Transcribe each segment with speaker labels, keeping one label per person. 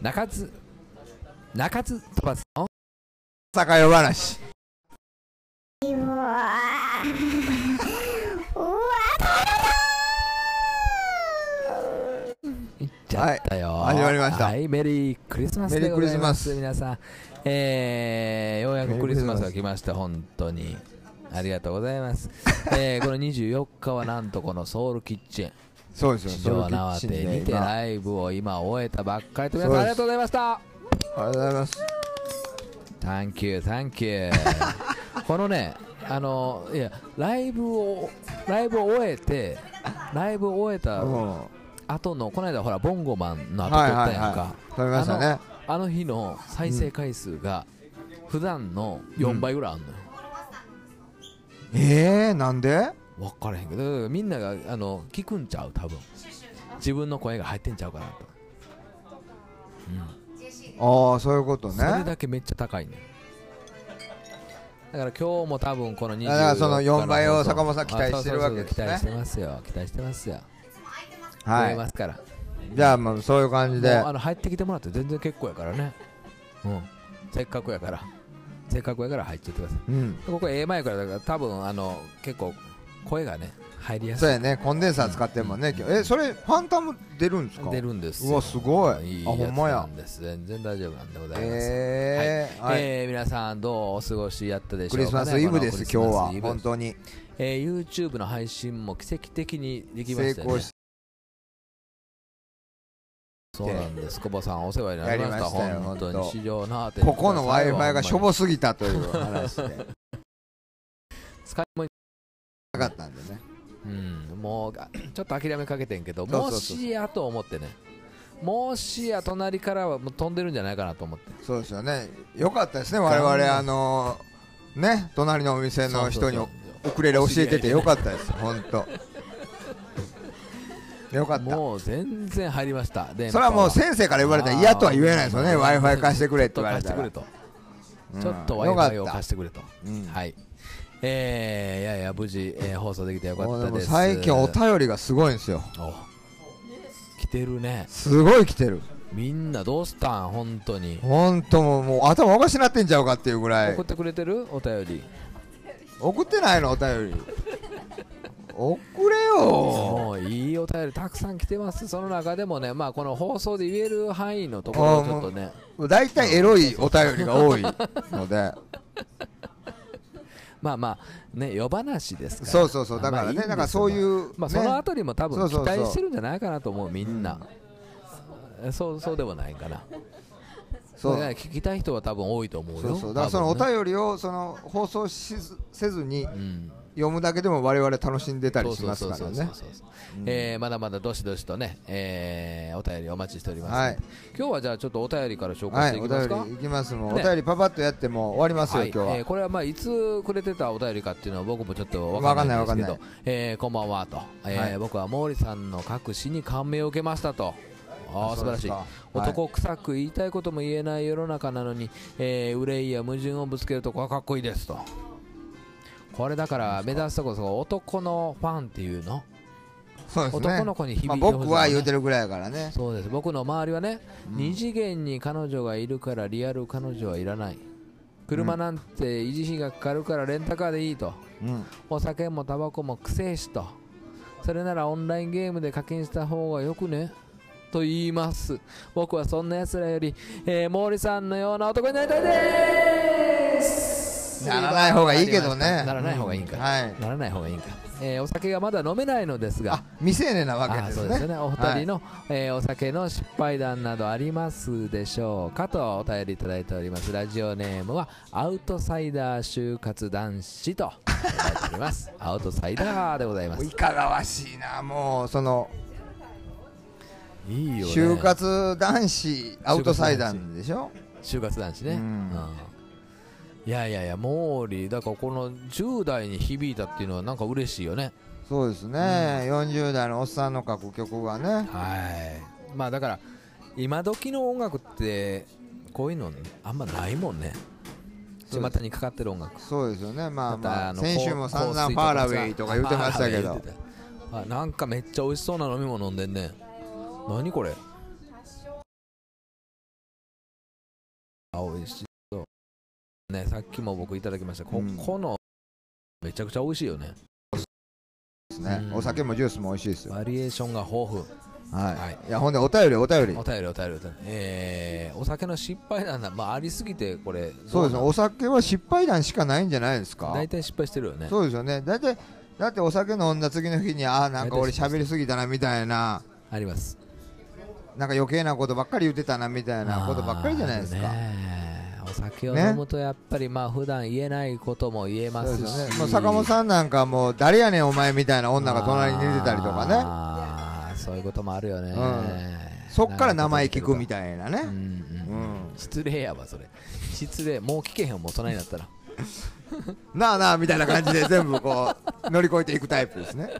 Speaker 1: 中津中津飛ばすの
Speaker 2: 坂夜話
Speaker 3: うわーうわ
Speaker 1: いっちゃったよ、
Speaker 2: はい始まりました
Speaker 1: はいメリークリスマスでございます
Speaker 2: メリ
Speaker 1: 皆さんえー、ようやくクリスマスが来ました本当にありがとうございます、 えー、この24日はなんとこのソウルキッチン
Speaker 2: そうですよ
Speaker 1: 市場縄手にて
Speaker 2: 今あ
Speaker 1: ライブを今終えたばっかりと皆さんあ
Speaker 2: そうです
Speaker 1: りがとうございました
Speaker 2: りがとうございます
Speaker 1: Thank you, thank you このねあのいやライブをライブを終えてライブを終えた
Speaker 2: うん
Speaker 1: 後のこの間ほらボンゴマンの後撮
Speaker 2: は
Speaker 1: っ
Speaker 2: いは
Speaker 1: た
Speaker 2: い
Speaker 1: やんか
Speaker 2: はい食べましたね
Speaker 1: あの日の再生回数が普段の4倍ぐらいあんのよ、
Speaker 2: えー、なんで
Speaker 1: 分からへんけどだからみんながあの聞くんちゃう多分自分の声が入ってんちゃうかなと、
Speaker 2: ああそういうこと
Speaker 1: うん、
Speaker 2: ね
Speaker 1: それ
Speaker 2: だ
Speaker 1: だけめっちゃ高いねだから今日も多分この24
Speaker 2: だからその
Speaker 1: 日の
Speaker 2: 4倍を
Speaker 1: 放送
Speaker 2: 坂本さん期待してるわけですね
Speaker 1: あそうそうそう期待してますよ期待してますよ増え
Speaker 2: は
Speaker 1: ますから
Speaker 2: いじゃあまあそういう感じ
Speaker 1: もう
Speaker 2: で
Speaker 1: あの入ってきてもらって全然結構やからねうんせっかくやからせっかくやから入っちゃってください
Speaker 2: うん
Speaker 1: ここ A 前からだから多分あの結構声がね入りやす
Speaker 2: そ
Speaker 1: いう
Speaker 2: やねコンデンサー使ってもねえそれファンタも出るんですか
Speaker 1: 出るんですよ
Speaker 2: うわすごい
Speaker 1: いい
Speaker 2: あほんま
Speaker 1: や
Speaker 2: や
Speaker 1: つなんです全然大丈夫なんでございます、
Speaker 2: えーはい
Speaker 1: えー皆さんどうお過ごしやったでしょ
Speaker 2: ク
Speaker 1: うか、ね、
Speaker 2: リスマスイブです
Speaker 1: こ
Speaker 2: 今
Speaker 1: のクリ
Speaker 2: 日は
Speaker 1: スマスイブ
Speaker 2: 本当に
Speaker 1: えー YouTube の配信も奇跡的にできま
Speaker 2: 成
Speaker 1: したよ
Speaker 2: 功
Speaker 1: ね
Speaker 2: し
Speaker 1: そうなんですコバさんお世話になりました
Speaker 2: やりましたよ
Speaker 1: 本当
Speaker 2: 本
Speaker 1: に
Speaker 2: 当
Speaker 1: 市場なあて
Speaker 2: ここの w i f i がしょぼすぎたという話で
Speaker 1: 使いもん
Speaker 2: なかったんでね
Speaker 1: うん、もうあちょっと諦めかけてんけど
Speaker 2: そうそ
Speaker 1: も
Speaker 2: うそう
Speaker 1: しやと思ってねもしや隣からはもう飛んでるんじゃないかなと思って
Speaker 2: そうですよねよかったですね我々あのね隣のお店の人に
Speaker 1: そう
Speaker 2: ウ
Speaker 1: そう
Speaker 2: クレレ教えててよかったです本当よか
Speaker 1: そう
Speaker 2: った
Speaker 1: もう全然入りましたで
Speaker 2: それはもう先生から言われたら嫌とは言えないですよね
Speaker 1: あー
Speaker 2: w i f i 貸してくれって言われ
Speaker 1: 貸したてく
Speaker 2: ら
Speaker 1: れと
Speaker 2: うん
Speaker 1: ちょっと
Speaker 2: よ
Speaker 1: w
Speaker 2: か
Speaker 1: i
Speaker 2: っ
Speaker 1: f i を
Speaker 2: た
Speaker 1: 貸してくれと、
Speaker 2: うん
Speaker 1: はいえー、いやいや無事、えー放送できてよか
Speaker 2: も
Speaker 1: っ
Speaker 2: う
Speaker 1: た
Speaker 2: でも
Speaker 1: です
Speaker 2: 最近お便りがすごいんですよ
Speaker 1: お来てるね
Speaker 2: すごい来てる
Speaker 1: みんなどうしたん本当に、
Speaker 2: 本当もうもう頭おかしなってんちゃうかっていうぐらい
Speaker 1: 送ってくれてるお便り
Speaker 2: 送ってないの お便り送れよ
Speaker 1: もういいお便りたくさん来てます、その中でもね、まあ、この放送で言える範囲のところをちょっとね、
Speaker 2: 大体エロいお便りが多いの で
Speaker 1: まあまあ、ね、夜話ですから、
Speaker 2: そうそうそうだからね
Speaker 1: まあ
Speaker 2: だからそうい
Speaker 1: いんですよ
Speaker 2: う、
Speaker 1: まあ、
Speaker 2: ね
Speaker 1: そのあたりも多
Speaker 2: そ
Speaker 1: 分
Speaker 2: う
Speaker 1: 期
Speaker 2: そうそう
Speaker 1: 待してるんじゃないかなと思う、みんな、そうそうでもないかな、
Speaker 2: そう
Speaker 1: だから聞きたい人は多分多いと思うよ、
Speaker 2: そうそうだからそのお
Speaker 1: 多分ね
Speaker 2: 便りをその放送しずせずに
Speaker 1: うん
Speaker 2: 読むだけでも我々楽しんでたりしますか
Speaker 1: そ
Speaker 2: ら
Speaker 1: うそう
Speaker 2: ね
Speaker 1: そうそうそうえーまだまだどしどしとね、えーお便りお待ちしております、
Speaker 2: はい
Speaker 1: 今日はじゃあちょっとお便りから紹
Speaker 2: は
Speaker 1: 介し
Speaker 2: い
Speaker 1: てい
Speaker 2: お
Speaker 1: きますか、
Speaker 2: 便りいきますもうお
Speaker 1: ね
Speaker 2: 便りパパッとやってもう終わりますよ
Speaker 1: はい、
Speaker 2: 今
Speaker 1: え
Speaker 2: 日
Speaker 1: ー
Speaker 2: は
Speaker 1: これはまあいつくれてたお便りかっていうのは僕もちょっとわ
Speaker 2: わ
Speaker 1: か
Speaker 2: か
Speaker 1: ん
Speaker 2: んな
Speaker 1: ないん
Speaker 2: い
Speaker 1: ですけど
Speaker 2: わ
Speaker 1: えーこんばんはと、えー
Speaker 2: はい
Speaker 1: 僕は毛利さんの隠しに感銘を受けましたとああ素
Speaker 2: そ
Speaker 1: 晴
Speaker 2: うで
Speaker 1: らし
Speaker 2: す
Speaker 1: い、
Speaker 2: かはい
Speaker 1: 男臭く言いたいことも言えない世の中なのに、えー憂いや矛盾をぶつけるとこはかっこいいですとこれだから目指すとこそこ男のファンっていうの
Speaker 2: そうです
Speaker 1: 男
Speaker 2: ね
Speaker 1: の子に響いて
Speaker 2: ま
Speaker 1: ほ
Speaker 2: あ
Speaker 1: しい、
Speaker 2: 僕は言うてるぐらいやからね
Speaker 1: そうです僕の周りはね、二次元に彼女がいるからリアル彼女はいらない車なんて維持費がかかるからレンタカーでいいと
Speaker 2: うん
Speaker 1: お酒もタバコもくせえしとそれならオンラインゲームで課金した方がよくねと言います僕はそんな奴らより、えー、毛利さんのような男になりたいです
Speaker 2: ならない方がいいけどね
Speaker 1: ならない方がいいんか、
Speaker 2: うんはい
Speaker 1: ならない方がいいんか、えーお酒がまだ飲めないのですが
Speaker 2: あ未成年なわけ
Speaker 1: あ
Speaker 2: で
Speaker 1: ーそ
Speaker 2: す
Speaker 1: う
Speaker 2: ね
Speaker 1: ですよねお二人の、えーお酒の失敗談などありますでしょうかとお便りいただいておりますラジオネームはアウトサイダー就活男子といただいております アウトサイダーでございま
Speaker 2: もうい
Speaker 1: す
Speaker 2: かがわしいなもうその
Speaker 1: いいよ、ね、
Speaker 2: 就活男子アウトサイダーでしょ
Speaker 1: 就活男子ね、
Speaker 2: うん
Speaker 1: うんいやいやいや毛利だからこの10代に響いたっていうのはなんか嬉しいよね
Speaker 2: そうですね、40代のおっさんの書く曲がね
Speaker 1: はいまあだから今時の音楽ってこういうのあんまないもんね
Speaker 2: そう
Speaker 1: 巷
Speaker 2: です
Speaker 1: にかかってる音楽
Speaker 2: そうですよねまあ
Speaker 1: また
Speaker 2: まあ
Speaker 1: あの
Speaker 2: 先週も散々
Speaker 1: 香
Speaker 2: フ
Speaker 1: 水
Speaker 2: ァーラウェイとか言ってましたけ
Speaker 1: ファーラウェイ
Speaker 2: ど
Speaker 1: 言ってたあなんかめっちゃ美味しそうな飲み物飲んでんね何これねさっきも僕いただきましたこ
Speaker 2: うん
Speaker 1: このめちゃくちゃ美味しいよね
Speaker 2: ですね、
Speaker 1: うん
Speaker 2: お酒もジュースも美味しいですよ
Speaker 1: バリエーションが豊富
Speaker 2: はい、
Speaker 1: はい
Speaker 2: い、やほんでお便りお便り
Speaker 1: お便りお便りお便りえー、お酒の失敗談だまあありすぎてこれ
Speaker 2: そうですねお酒は失敗談しかないんじゃないですか
Speaker 1: 大体失敗してるよね
Speaker 2: そうですよね大体だってお酒飲んだ次の日にああなんか俺
Speaker 1: 大体そう
Speaker 2: 喋りすぎたなみたいな
Speaker 1: あります
Speaker 2: なんか余計なことばっかり言ってたなみたいなことばっかりじゃないですか、
Speaker 1: あーねお酒を
Speaker 2: ね
Speaker 1: 飲むとやっぱりまあ普段言えないことも言えま
Speaker 2: そう
Speaker 1: す
Speaker 2: ですよ
Speaker 1: し
Speaker 2: ね、もう坂本さんなんかもう誰やねんお前みたいな女
Speaker 1: 女
Speaker 2: が隣に出てたりとかね
Speaker 1: ねそういうこともあるよね、
Speaker 2: うそっから名前聞くみたいな
Speaker 1: うんうん
Speaker 2: ね、
Speaker 1: うん失礼やわそれ失礼もう聞けへんもう大人になったら
Speaker 2: なあなあみたいな感じで全部こう乗り越えていくタイプですね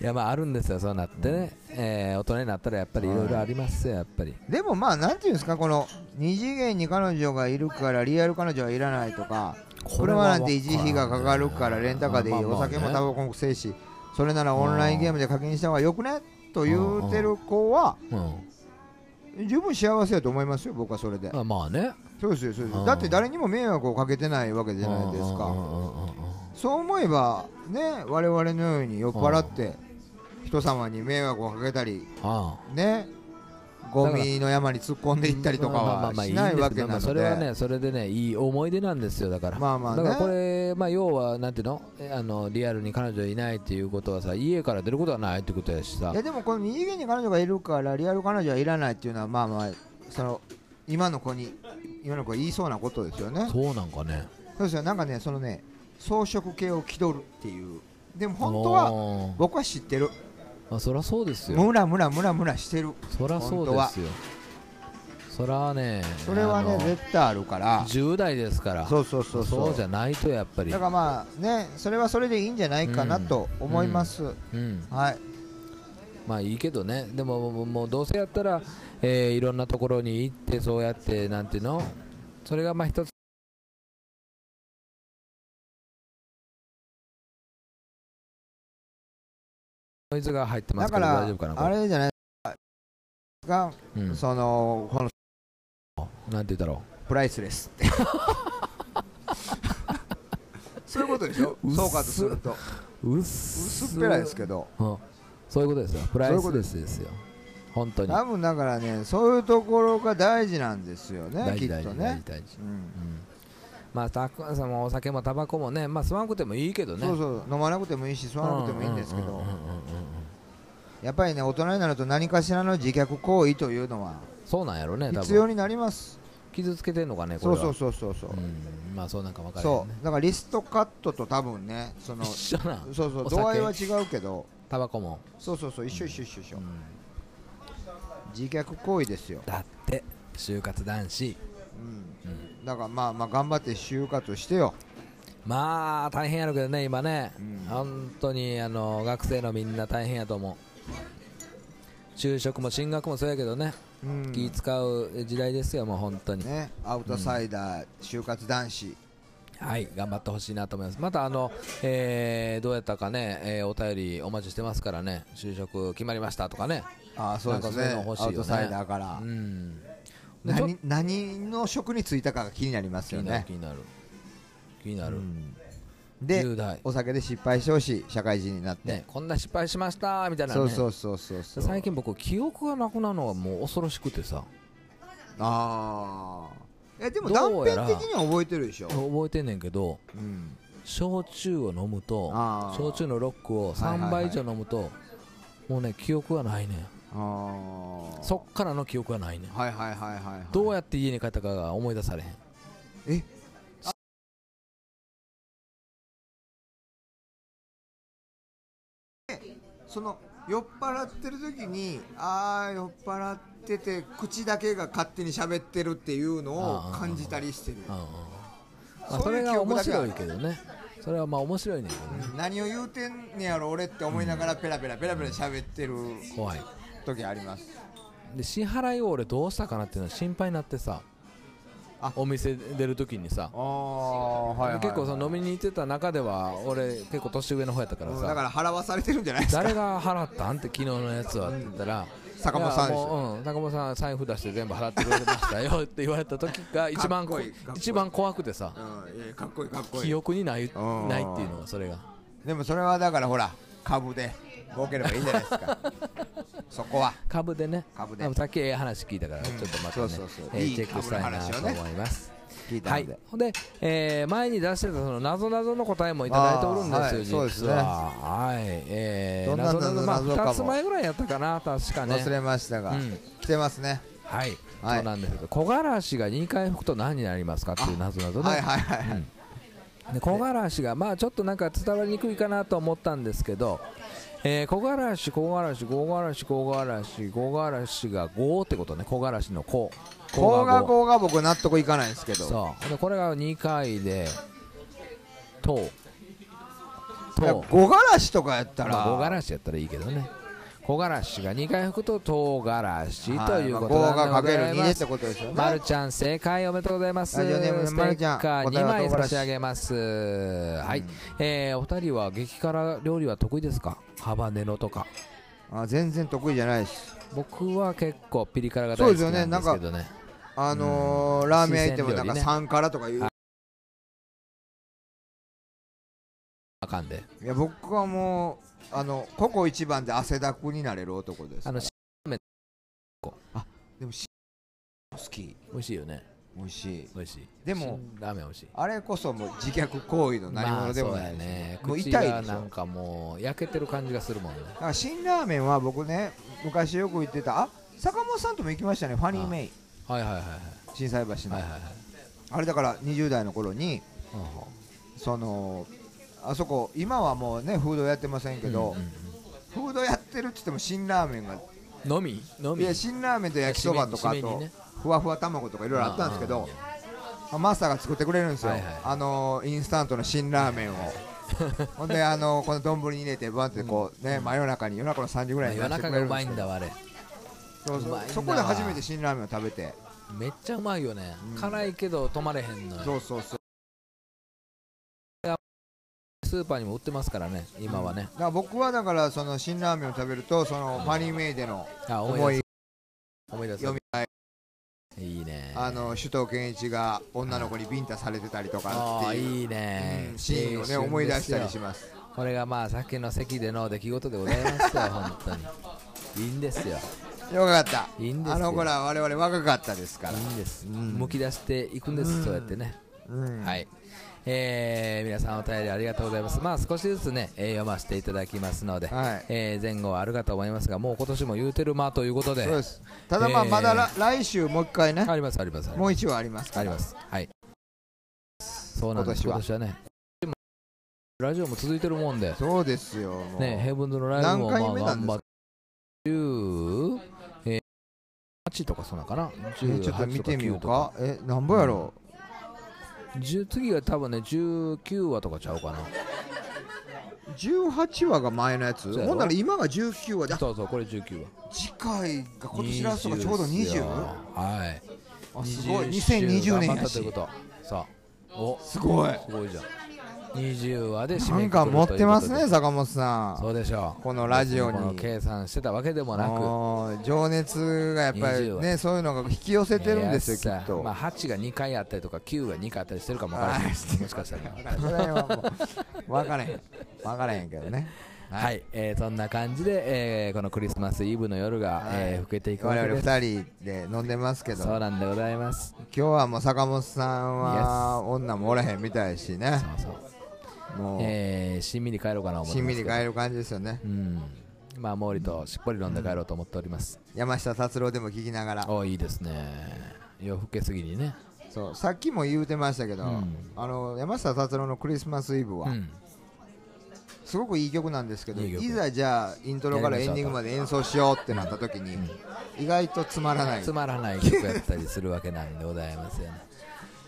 Speaker 1: いやまああるんですよそうなってね、えー大人になったらやっぱりいろいろありますよやっぱり
Speaker 2: でもまあなんていうんですかこの二次元に彼女がいるからリアル彼女はいらないとか
Speaker 1: これは
Speaker 2: 車なんて維持費がかかるからレンタカーでいい
Speaker 1: まあまあ
Speaker 2: お
Speaker 1: まあね
Speaker 2: 酒もタバコもせえしそれならオンラインゲームで課金した方がよくねと言うてる子は
Speaker 1: うん
Speaker 2: 十分幸せだと思いますよ僕はそれで
Speaker 1: まあまあね
Speaker 2: そうですよそうです
Speaker 1: うん
Speaker 2: よだって誰にも迷惑をかけてないわけじゃないです
Speaker 1: うんう
Speaker 2: か
Speaker 1: んうんうんうん
Speaker 2: そう思えばね我々のように酔っ払って人様に迷惑をかけたり
Speaker 1: ああ
Speaker 2: ねゴミの山に突っ込んでいったりとか
Speaker 1: まあまあ
Speaker 2: は
Speaker 1: まあ
Speaker 2: しないわけ
Speaker 1: いいん
Speaker 2: な
Speaker 1: です
Speaker 2: の
Speaker 1: けどまあそれ
Speaker 2: で
Speaker 1: はねそれでねいい思い出なんですよだから
Speaker 2: まあまあね
Speaker 1: だからこれまあ要はなんていうのえあのリアルに彼女いないっていうことはさ家から出ることはないってことやしさ
Speaker 2: いやでもこの二次元に彼女がいるからリアル彼女はいらないっていうのはまあまあその今の子に今の子が言いそうなことですよね
Speaker 1: そうなんかね
Speaker 2: そうですよなんかねそのね装飾系を気取るっていうでも本当は
Speaker 1: おー
Speaker 2: 僕は知ってる
Speaker 1: まあそりゃそうですよ
Speaker 2: ムラムラムラムラしてる
Speaker 1: そりゃそう
Speaker 2: 本当
Speaker 1: で
Speaker 2: は
Speaker 1: すよそりゃね
Speaker 2: それは
Speaker 1: あ
Speaker 2: ね
Speaker 1: の
Speaker 2: 絶対あるから
Speaker 1: 10代ですから
Speaker 2: そうそうそうそう
Speaker 1: そうじゃないとやっぱり
Speaker 2: だからまあねそれはそれでいいんじゃないかなと思います、
Speaker 1: うん
Speaker 2: はい
Speaker 1: まあいいけどねでももうもうどうせやったら、えーいろんなところに行ってそうやってなんていうのそれがまあ一つノイズが入ってま
Speaker 2: だ
Speaker 1: す
Speaker 2: か
Speaker 1: から
Speaker 2: ら
Speaker 1: 大丈夫かなこ
Speaker 2: あ
Speaker 1: れ
Speaker 2: れじゃないが、
Speaker 1: うん、
Speaker 2: そのこの
Speaker 1: なんて言ったろ
Speaker 2: プライス レスってそういうことでしょ
Speaker 1: うっす
Speaker 2: 総括すると
Speaker 1: う薄
Speaker 2: 薄っぺらいですけど
Speaker 1: うん、そういうことですよプラ
Speaker 2: そう
Speaker 1: イ
Speaker 2: いうこ
Speaker 1: ス
Speaker 2: と
Speaker 1: レ
Speaker 2: で
Speaker 1: スですよ本当に
Speaker 2: 多分だからねそういうところが大事なんですよね
Speaker 1: 大
Speaker 2: き
Speaker 1: 事
Speaker 2: っ
Speaker 1: 大
Speaker 2: と
Speaker 1: 事大
Speaker 2: ね
Speaker 1: 事、大事
Speaker 2: うん
Speaker 1: うんまあたくさんお酒もタバコもねまあ吸わなくてもいいけどね
Speaker 2: そうそう飲まなくてもいいし吸わなくてもいいんですけ
Speaker 1: う
Speaker 2: ど
Speaker 1: んうんうんうんうん
Speaker 2: やっぱりね大人になると何かしらの自虐行為というのは
Speaker 1: そうなんやろね多
Speaker 2: 必
Speaker 1: 分
Speaker 2: 要になります
Speaker 1: 傷つけてんのかねこ
Speaker 2: そ
Speaker 1: れ
Speaker 2: う
Speaker 1: は
Speaker 2: そうそうそうそう、
Speaker 1: うんまあそうなんか分からへん
Speaker 2: そ
Speaker 1: ね
Speaker 2: うだからリストカットと多分ね その
Speaker 1: 一緒な
Speaker 2: そうそ
Speaker 1: お
Speaker 2: う
Speaker 1: 酒
Speaker 2: 度合いは違うけど
Speaker 1: タバコも、
Speaker 2: そうそうそう一緒一緒一緒一緒、
Speaker 1: うん
Speaker 2: 自虐行為ですよ、
Speaker 1: だって就活男子
Speaker 2: うんだからまあまあ頑張って就活してよ
Speaker 1: まあ大変やろうけどね今ね、
Speaker 2: うん
Speaker 1: 本当にあの学生のみんな大変やと思う就職も進学もそうやけどね、
Speaker 2: うん
Speaker 1: 気使う時代ですよもう本当に
Speaker 2: ねアウトサイダー、就活男子
Speaker 1: はい、頑張ってほしいなと思います。またあの、えーどうやったかね、えーお便りお待ちしてますからね、就職決まりましたとかね。
Speaker 2: ああそうですね
Speaker 1: なんかそういうの欲しい
Speaker 2: ア
Speaker 1: よ
Speaker 2: ウ
Speaker 1: ね
Speaker 2: トサイダーから、
Speaker 1: うん。でちょ
Speaker 2: 何何の職に就いたかが気になります
Speaker 1: 気
Speaker 2: よ
Speaker 1: になる
Speaker 2: ね
Speaker 1: 気になる。気になる。
Speaker 2: うん
Speaker 1: 10
Speaker 2: で
Speaker 1: 代。
Speaker 2: お酒で失敗してほしい社会人になって、
Speaker 1: ね、こんな失敗しましたみたいなね。
Speaker 2: そうそうそうそうそう
Speaker 1: 最近僕、記憶がなくなるのがもう恐ろしくてさ、
Speaker 2: ああでも断
Speaker 1: どうやら
Speaker 2: 片的には覚えてるでしょ、
Speaker 1: 覚えてんねんけど、
Speaker 2: うん、
Speaker 1: 焼酎を飲むと、
Speaker 2: あー
Speaker 1: 焼酎のロックを3
Speaker 2: はいはい
Speaker 1: 倍
Speaker 2: はい
Speaker 1: 以上飲むと、もうね、記憶がないねん。
Speaker 2: ああ
Speaker 1: そっからの記憶がないねん。
Speaker 2: はいはいはいはい、はい、
Speaker 1: どうやって家に帰ったかが思い出されへん。
Speaker 2: えその酔っ払ってる時にああ酔っ払ってて口だけが勝手に喋ってるっていうのを感じたりしてる
Speaker 1: うんうんまあ、そ
Speaker 2: そうい
Speaker 1: れ
Speaker 2: う
Speaker 1: が
Speaker 2: 記憶
Speaker 1: 面
Speaker 2: だけ
Speaker 1: 白いけどねそれはまあ面白いねんけどね
Speaker 2: 何を言うてんねやろ俺って思いながらペラペラペラペラ喋ってる
Speaker 1: 怖い
Speaker 2: 時あります
Speaker 1: で支払いを俺どうしたかなっていうのは心配になってさ
Speaker 2: あ
Speaker 1: お店出る時にさ
Speaker 2: ああはいはいはい
Speaker 1: 結構その飲みに行ってた中では俺結構年上の方やったから
Speaker 2: うん
Speaker 1: さ
Speaker 2: だから払わされてるんじゃないですか
Speaker 1: 誰が払ったんって昨日のやつはって言ったら
Speaker 2: 坂本さんでし
Speaker 1: いや
Speaker 2: ょ
Speaker 1: もううん、坂本さん財布出して全部払ってくれてましたよって言われた時が一番こ
Speaker 2: かっこいいかっこいい
Speaker 1: 一番怖くてさ
Speaker 2: うんいやいやかっこいいかっこい
Speaker 1: 記
Speaker 2: い
Speaker 1: 憶にない
Speaker 2: ん
Speaker 1: ないっていうのがそれが
Speaker 2: でもそれはだからほら株で儲ければいいじゃないです かそこは
Speaker 1: 株でね
Speaker 2: 株で
Speaker 1: もさっきええ話聞いたからちょっとまたね
Speaker 2: そうそうそう
Speaker 1: えー
Speaker 2: いい
Speaker 1: チェックしたいな
Speaker 2: 株
Speaker 1: と
Speaker 2: の話をね
Speaker 1: 思います
Speaker 2: 聞いた
Speaker 1: は
Speaker 2: の
Speaker 1: い
Speaker 2: で、、
Speaker 1: ほんで、えー前に出してたその謎謎の答えもいただいておるん
Speaker 2: あーはい
Speaker 1: ですよ、
Speaker 2: そうです
Speaker 1: 実
Speaker 2: ね
Speaker 1: は。はい、えー、
Speaker 2: どんな
Speaker 1: 謎
Speaker 2: 謎々
Speaker 1: 々まあ、
Speaker 2: 謎々かも
Speaker 1: 2つ前ぐらいやったかな、確かね。
Speaker 2: 忘れましたが、
Speaker 1: うん
Speaker 2: 来てますね
Speaker 1: はい、
Speaker 2: はい
Speaker 1: そうなんですけど、木枯らしが2回吹くと何になりますかっていう謎々の、
Speaker 2: はいはいはいはい、
Speaker 1: で木枯らしが、まあ、ちょっとなんか伝わりにくいかなと思ったんですけど、えー、木枯らし、木枯らし、木枯らし、木枯らし、木枯らしが5ってことね、木枯らしの5。
Speaker 2: 高
Speaker 1: が
Speaker 2: が高が僕納得いかないんですけど
Speaker 1: そうでこれが2回でと
Speaker 2: いや
Speaker 1: と
Speaker 2: 五がらしとかやったら
Speaker 1: まあ木枯らしやったらいいけどね木枯らしが2回吹くと唐辛子
Speaker 2: は
Speaker 1: ということなんで
Speaker 2: まあ
Speaker 1: ご
Speaker 2: 五がかける
Speaker 1: ざい
Speaker 2: 2で
Speaker 1: ま
Speaker 2: っ
Speaker 1: す
Speaker 2: てことですよね、
Speaker 1: まるちゃん正解おめでとうございます
Speaker 2: ラジオネームの
Speaker 1: ス
Speaker 2: まる
Speaker 1: テ
Speaker 2: ちゃ
Speaker 1: ッ
Speaker 2: ん
Speaker 1: カー
Speaker 2: 答え
Speaker 1: 2
Speaker 2: は
Speaker 1: 枚
Speaker 2: 唐辛
Speaker 1: 差
Speaker 2: 子
Speaker 1: し上げますはい、えー、お二人は激辛料理は得意ですかハバネロとか
Speaker 2: あ全然得意じゃないし
Speaker 1: 僕は結構ピリ辛が大好きなんです
Speaker 2: そう
Speaker 1: け
Speaker 2: です
Speaker 1: どね
Speaker 2: あのーラーメン屋行ってもなん
Speaker 1: 新鮮料
Speaker 2: か
Speaker 1: 理ね
Speaker 2: 3からとかいう、
Speaker 1: はあかんで
Speaker 2: いや僕はもうあのここ一番で汗だくになれる男です
Speaker 1: あの
Speaker 2: でもし好き
Speaker 1: 美味しいよね
Speaker 2: 美味しい
Speaker 1: 美味しい
Speaker 2: でも
Speaker 1: ラーメン美味しい
Speaker 2: あれこそもう自虐行為の何
Speaker 1: まあ
Speaker 2: 者でもない
Speaker 1: そう
Speaker 2: です
Speaker 1: だ
Speaker 2: よ、
Speaker 1: ね
Speaker 2: もう
Speaker 1: 口
Speaker 2: 痛い
Speaker 1: が
Speaker 2: でし
Speaker 1: な
Speaker 2: ょ
Speaker 1: んかもう焼けてる感じがするもんね
Speaker 2: だから辛ラーメンは僕ね昔よく行ってたあ坂本さんとも行きましたねファニーメイ
Speaker 1: はいはいはいは
Speaker 2: 心斎橋
Speaker 1: い
Speaker 2: の、
Speaker 1: はいはいはい
Speaker 2: あれだから20代の頃にそのあそこ今はもうねフードやってませんけど、フードやってるって言っても辛ラーメンが
Speaker 1: のみの
Speaker 2: い
Speaker 1: み
Speaker 2: や辛ラーメンと焼きそばとかあ
Speaker 1: 締めに
Speaker 2: と
Speaker 1: ね
Speaker 2: ふわふわ卵とかいろいろあったんですけどあマスターが作ってくれるんですよ、
Speaker 1: はいはい
Speaker 2: あのインスタントの辛ラ ーメンをほんであのこの丼に入れてバンってこうね、真夜中に夜中の3時ぐらいに出
Speaker 1: 夜
Speaker 2: して
Speaker 1: 中
Speaker 2: くれ
Speaker 1: が
Speaker 2: る
Speaker 1: うんますい
Speaker 2: でよ
Speaker 1: んだわあれ
Speaker 2: そう
Speaker 1: う
Speaker 2: そ
Speaker 1: まい
Speaker 2: う
Speaker 1: んだわ
Speaker 2: そこで初めて辛ラーメンを食べて
Speaker 1: めっちゃうまいよね
Speaker 2: うん
Speaker 1: 辛いけど止まれへんのよ
Speaker 2: そうそうそう
Speaker 1: スーパーにも売ってますからね今はね
Speaker 2: だから僕はだからその辛ラーメンを食べるとそのファニーメイでの
Speaker 1: あ
Speaker 2: 思
Speaker 1: 思い出
Speaker 2: い
Speaker 1: す思い出す
Speaker 2: 読み合い
Speaker 1: いいね
Speaker 2: あの首藤健一が女の子にビンタされてたりとか
Speaker 1: あ
Speaker 2: っ
Speaker 1: あ
Speaker 2: ていう
Speaker 1: いいね
Speaker 2: うんシーンをね思い出したりし
Speaker 1: ま
Speaker 2: ます
Speaker 1: すこれがまあさっきの席での出来事でございます よ本当にいいんですよ
Speaker 2: よかった
Speaker 1: いいんですよ
Speaker 2: あの頃は我々若かったですから
Speaker 1: いいんです、
Speaker 2: ん
Speaker 1: むき出していくんです、そうやってね、はいえー皆さんお便りありがとうございますまあ少しずつね、えー読ませていただきますので、
Speaker 2: はい
Speaker 1: えー前後はあるかと思いますがもう今年も言うてる間ということで
Speaker 2: そうですただまあ
Speaker 1: えー
Speaker 2: まだら来週もう一回ね
Speaker 1: ありますありますあり
Speaker 2: も
Speaker 1: ま
Speaker 2: う一話あります
Speaker 1: す
Speaker 2: か
Speaker 1: あり
Speaker 2: ら
Speaker 1: ますはいそうなんです今
Speaker 2: 今
Speaker 1: 年
Speaker 2: 年
Speaker 1: はねでもラジオも続いてるもんで
Speaker 2: そうですよもう
Speaker 1: ねヘブンズのライブも
Speaker 2: 何回
Speaker 1: まあ
Speaker 2: 目なんですか
Speaker 1: 頑張って10えー8とかそうなんかな
Speaker 2: え
Speaker 1: 18
Speaker 2: ちょっと見てみよう
Speaker 1: とか
Speaker 2: かえなんぼやろ
Speaker 1: 10次が多分ね19話とかちゃうかな
Speaker 2: う18話が前のやつ
Speaker 1: うやろ
Speaker 2: ほんなら今が19話であ
Speaker 1: そうそうこれ19話
Speaker 2: 次回が今年ラストがちょうど 20?
Speaker 1: ですよはい
Speaker 2: あすごい
Speaker 1: 20週
Speaker 2: 2020年
Speaker 1: 頑張
Speaker 2: や
Speaker 1: ったという
Speaker 2: し
Speaker 1: ことさあお
Speaker 2: すごい
Speaker 1: すごいじゃん20話で締
Speaker 2: な
Speaker 1: め
Speaker 2: ん
Speaker 1: くくる
Speaker 2: か持ってます
Speaker 1: とい
Speaker 2: ね
Speaker 1: う
Speaker 2: 坂本さ
Speaker 1: ことでそう
Speaker 2: ん
Speaker 1: でしょう
Speaker 2: このラジオに
Speaker 1: 別この計算してたわけでもなく
Speaker 2: あー情熱がやっぱり
Speaker 1: 20
Speaker 2: ね
Speaker 1: は
Speaker 2: そういうのが引き寄せてるんですよ
Speaker 1: いや
Speaker 2: きっと
Speaker 1: まあ8が2回あったりとか9が2回あったりしてるかもわからない もしかしたら
Speaker 2: それはもう分からへん分からへんけどね
Speaker 1: はい、えーそんな感じで、えーこのクリスマスイブの夜が、えー更けていくわ
Speaker 2: 我
Speaker 1: け
Speaker 2: 々
Speaker 1: です
Speaker 2: 2人で飲んでますけど
Speaker 1: そう
Speaker 2: 今
Speaker 1: なんでございます
Speaker 2: 日はもう坂本さんは女もおらへんみたいしね
Speaker 1: そうそう
Speaker 2: もう
Speaker 1: えーしんみり帰ろうかな思っ
Speaker 2: してん
Speaker 1: ま
Speaker 2: み
Speaker 1: すけ
Speaker 2: り
Speaker 1: ど
Speaker 2: 帰る感じですよね
Speaker 1: うんまあ毛利としっぽり飲んで帰ろうと思っております、
Speaker 2: 山下達郎でも聞きながら
Speaker 1: おいいですね夜更けすぎにね
Speaker 2: そうさっきも言うてましたけど、
Speaker 1: ん
Speaker 2: あの山下達郎の「クリスマスイブは」
Speaker 1: うん
Speaker 2: すごくいい曲なんですけど
Speaker 1: いい曲
Speaker 2: いざじゃあイントロからエンディングまで演奏しようってなった時に、意外とつまらない、
Speaker 1: つまらない曲やったりするわけなんでございますよね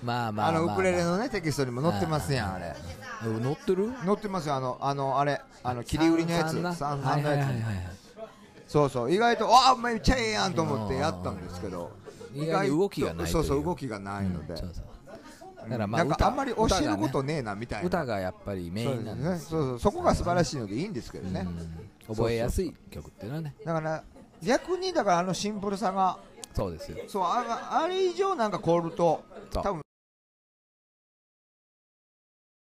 Speaker 1: まあまあ
Speaker 2: あ
Speaker 1: まあ、
Speaker 2: の
Speaker 1: まあ、
Speaker 2: ウクレレのねテキストにも載ってますやんあれ
Speaker 1: うん乗ってる
Speaker 2: 載ってますよあのあのあれあの切り売りのやつ
Speaker 1: 三
Speaker 2: 三三
Speaker 1: 三な
Speaker 2: の
Speaker 1: はい
Speaker 2: や
Speaker 1: はいはい
Speaker 2: つ
Speaker 1: はい
Speaker 2: そうそう意外とあめっちゃええやんと思ってやったんですけど
Speaker 1: 意外に動きがないという
Speaker 2: そうそう動きがないので、
Speaker 1: そうそうだからまあ
Speaker 2: なんか
Speaker 1: 歌
Speaker 2: あんまり教えるこ
Speaker 1: 歌が
Speaker 2: とねえなみたい
Speaker 1: ね
Speaker 2: な
Speaker 1: 歌がやっぱりメインなんです
Speaker 2: そうですねそうそうそこが素晴らしいのでいいんですけどね、
Speaker 1: 覚えやすい曲っていうのはね
Speaker 2: だから逆にだからあのシンプルさが
Speaker 1: そうですよ
Speaker 2: そうああれ以上なんか凍ると
Speaker 1: そ
Speaker 2: 多
Speaker 1: う
Speaker 2: 分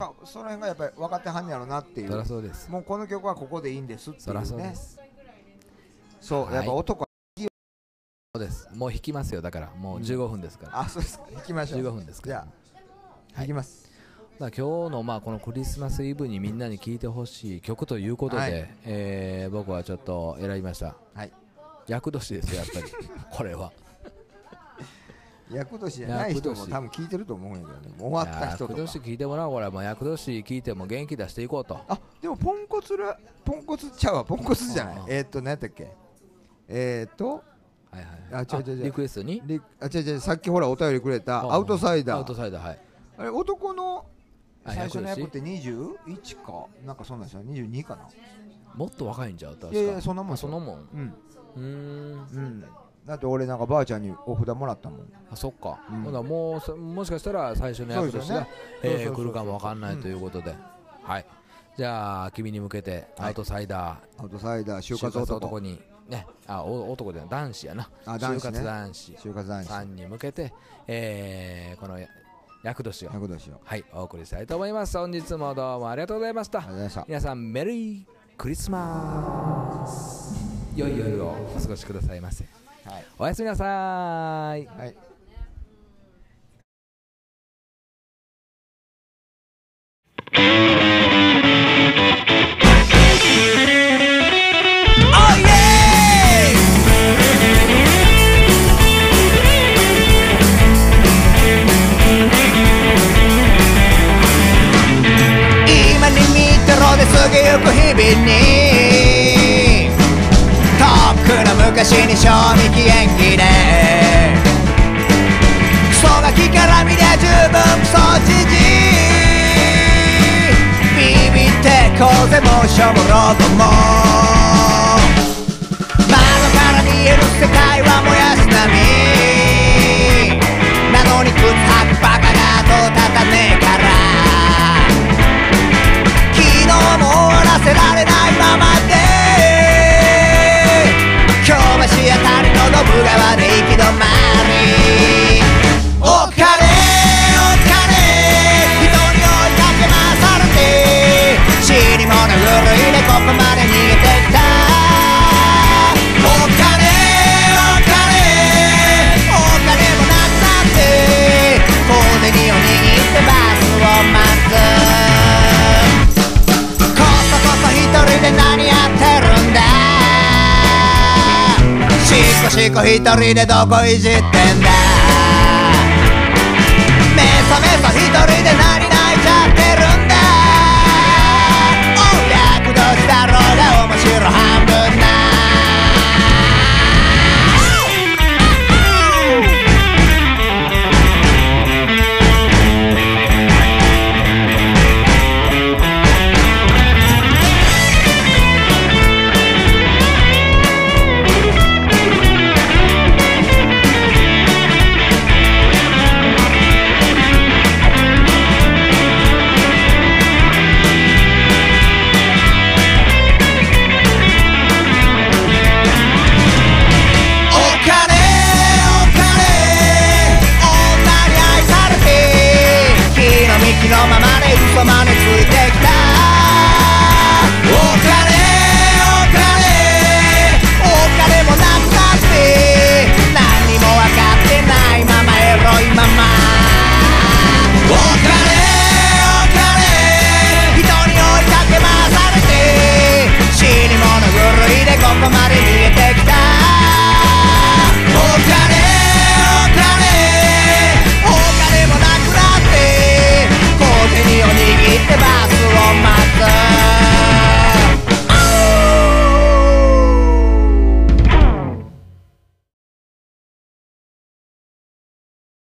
Speaker 2: あその辺がやっぱり分かってはんねやろなってい
Speaker 1: そりゃ
Speaker 2: う
Speaker 1: そうです
Speaker 2: もうこの曲はここでいいんですって
Speaker 1: そ
Speaker 2: い
Speaker 1: りゃ
Speaker 2: う
Speaker 1: そうで
Speaker 2: ね
Speaker 1: す
Speaker 2: そうやっぱ男は
Speaker 1: そうですもう引きますよだからもう15分ですから
Speaker 2: あそうですか行きましょ
Speaker 1: 15
Speaker 2: う
Speaker 1: 分ですか
Speaker 2: じ
Speaker 1: ら
Speaker 2: ゃあ行きます
Speaker 1: まあ、今日のまあこのクリスマスイブにみんなに聴いてほしい曲ということで、
Speaker 2: はい
Speaker 1: えー僕はちょっと選びました
Speaker 2: はい
Speaker 1: 厄年ですよやっぱり これは
Speaker 2: 役年じゃない人も
Speaker 1: 厄年
Speaker 2: 多分聞いてると思うんやけどねもう終わった人
Speaker 1: 厄
Speaker 2: とか
Speaker 1: 年聴いてもらおうこれはもう厄年聴いても元気出していこうと
Speaker 2: あでもポンコツらポンコツちゃうわポンコツじゃない
Speaker 1: うん
Speaker 2: えーっと何やったっけえーっと
Speaker 1: はいはい
Speaker 2: あ違う違う違う
Speaker 1: リクエストに
Speaker 2: リあ違う違うさっきほらお便りくれたアウトサイ
Speaker 1: ア
Speaker 2: ダ
Speaker 1: ウト
Speaker 2: ー
Speaker 1: サイダーはい
Speaker 2: あれ男の
Speaker 1: あ
Speaker 2: 最初の
Speaker 1: 厄
Speaker 2: 役
Speaker 1: 年
Speaker 2: って21かなんかそんなんですよ22かな
Speaker 1: もっと若いんちゃう確か
Speaker 2: いやいやそんなもん
Speaker 1: あそのもん
Speaker 2: うん
Speaker 1: うーん
Speaker 2: うんだって俺なんかばあちゃんにお札もらったもん
Speaker 1: あそっか、
Speaker 2: うん
Speaker 1: ほなもうそもしかしたら最初の役年
Speaker 2: そうですよ
Speaker 1: が
Speaker 2: ねそうそう
Speaker 1: え
Speaker 2: そ
Speaker 1: ー
Speaker 2: うそ
Speaker 1: 来
Speaker 2: う
Speaker 1: るかもわかんない
Speaker 2: うん
Speaker 1: ということで、はいじゃあ君に向けてアウトサイダー、
Speaker 2: アウトサイダー就
Speaker 1: 就活
Speaker 2: 活男
Speaker 1: 男にねあお男じゃない男子やな
Speaker 2: あ男
Speaker 1: 就
Speaker 2: 子ね
Speaker 1: 活男子
Speaker 2: 就活男
Speaker 1: さ
Speaker 2: 子
Speaker 1: んに向けて、えー、このや厄年を
Speaker 2: 100度しよう
Speaker 1: はいお送りしたいと思います本日もどうもありがとうございまし
Speaker 2: あ
Speaker 1: た
Speaker 2: りがとうございました
Speaker 1: 皆さんメリークリスマス良い夜をお過ごしくださいませ
Speaker 2: はい
Speaker 1: おやすみなさーい
Speaker 2: はい
Speaker 4: 今に見たろで過ぎゆく日々に遠くの昔に賞味期限切れクソガキから見りゃ十分クソじじいビビってこうぜもうしょぼろとも窓から見える世界は燃やす波なのに靴履くバカなど立たねえから昨日も終わらせられないままで京橋あたりのドブ川で行き止まりお金お金人に追いかけ回されて死に物狂いでここまで逃げてきたお金お金お金もなくなって小銭を握ってバスを待つこそこそ一人で何やってるんだしこしこ一人でどこいじってんだめそめそ一人で何々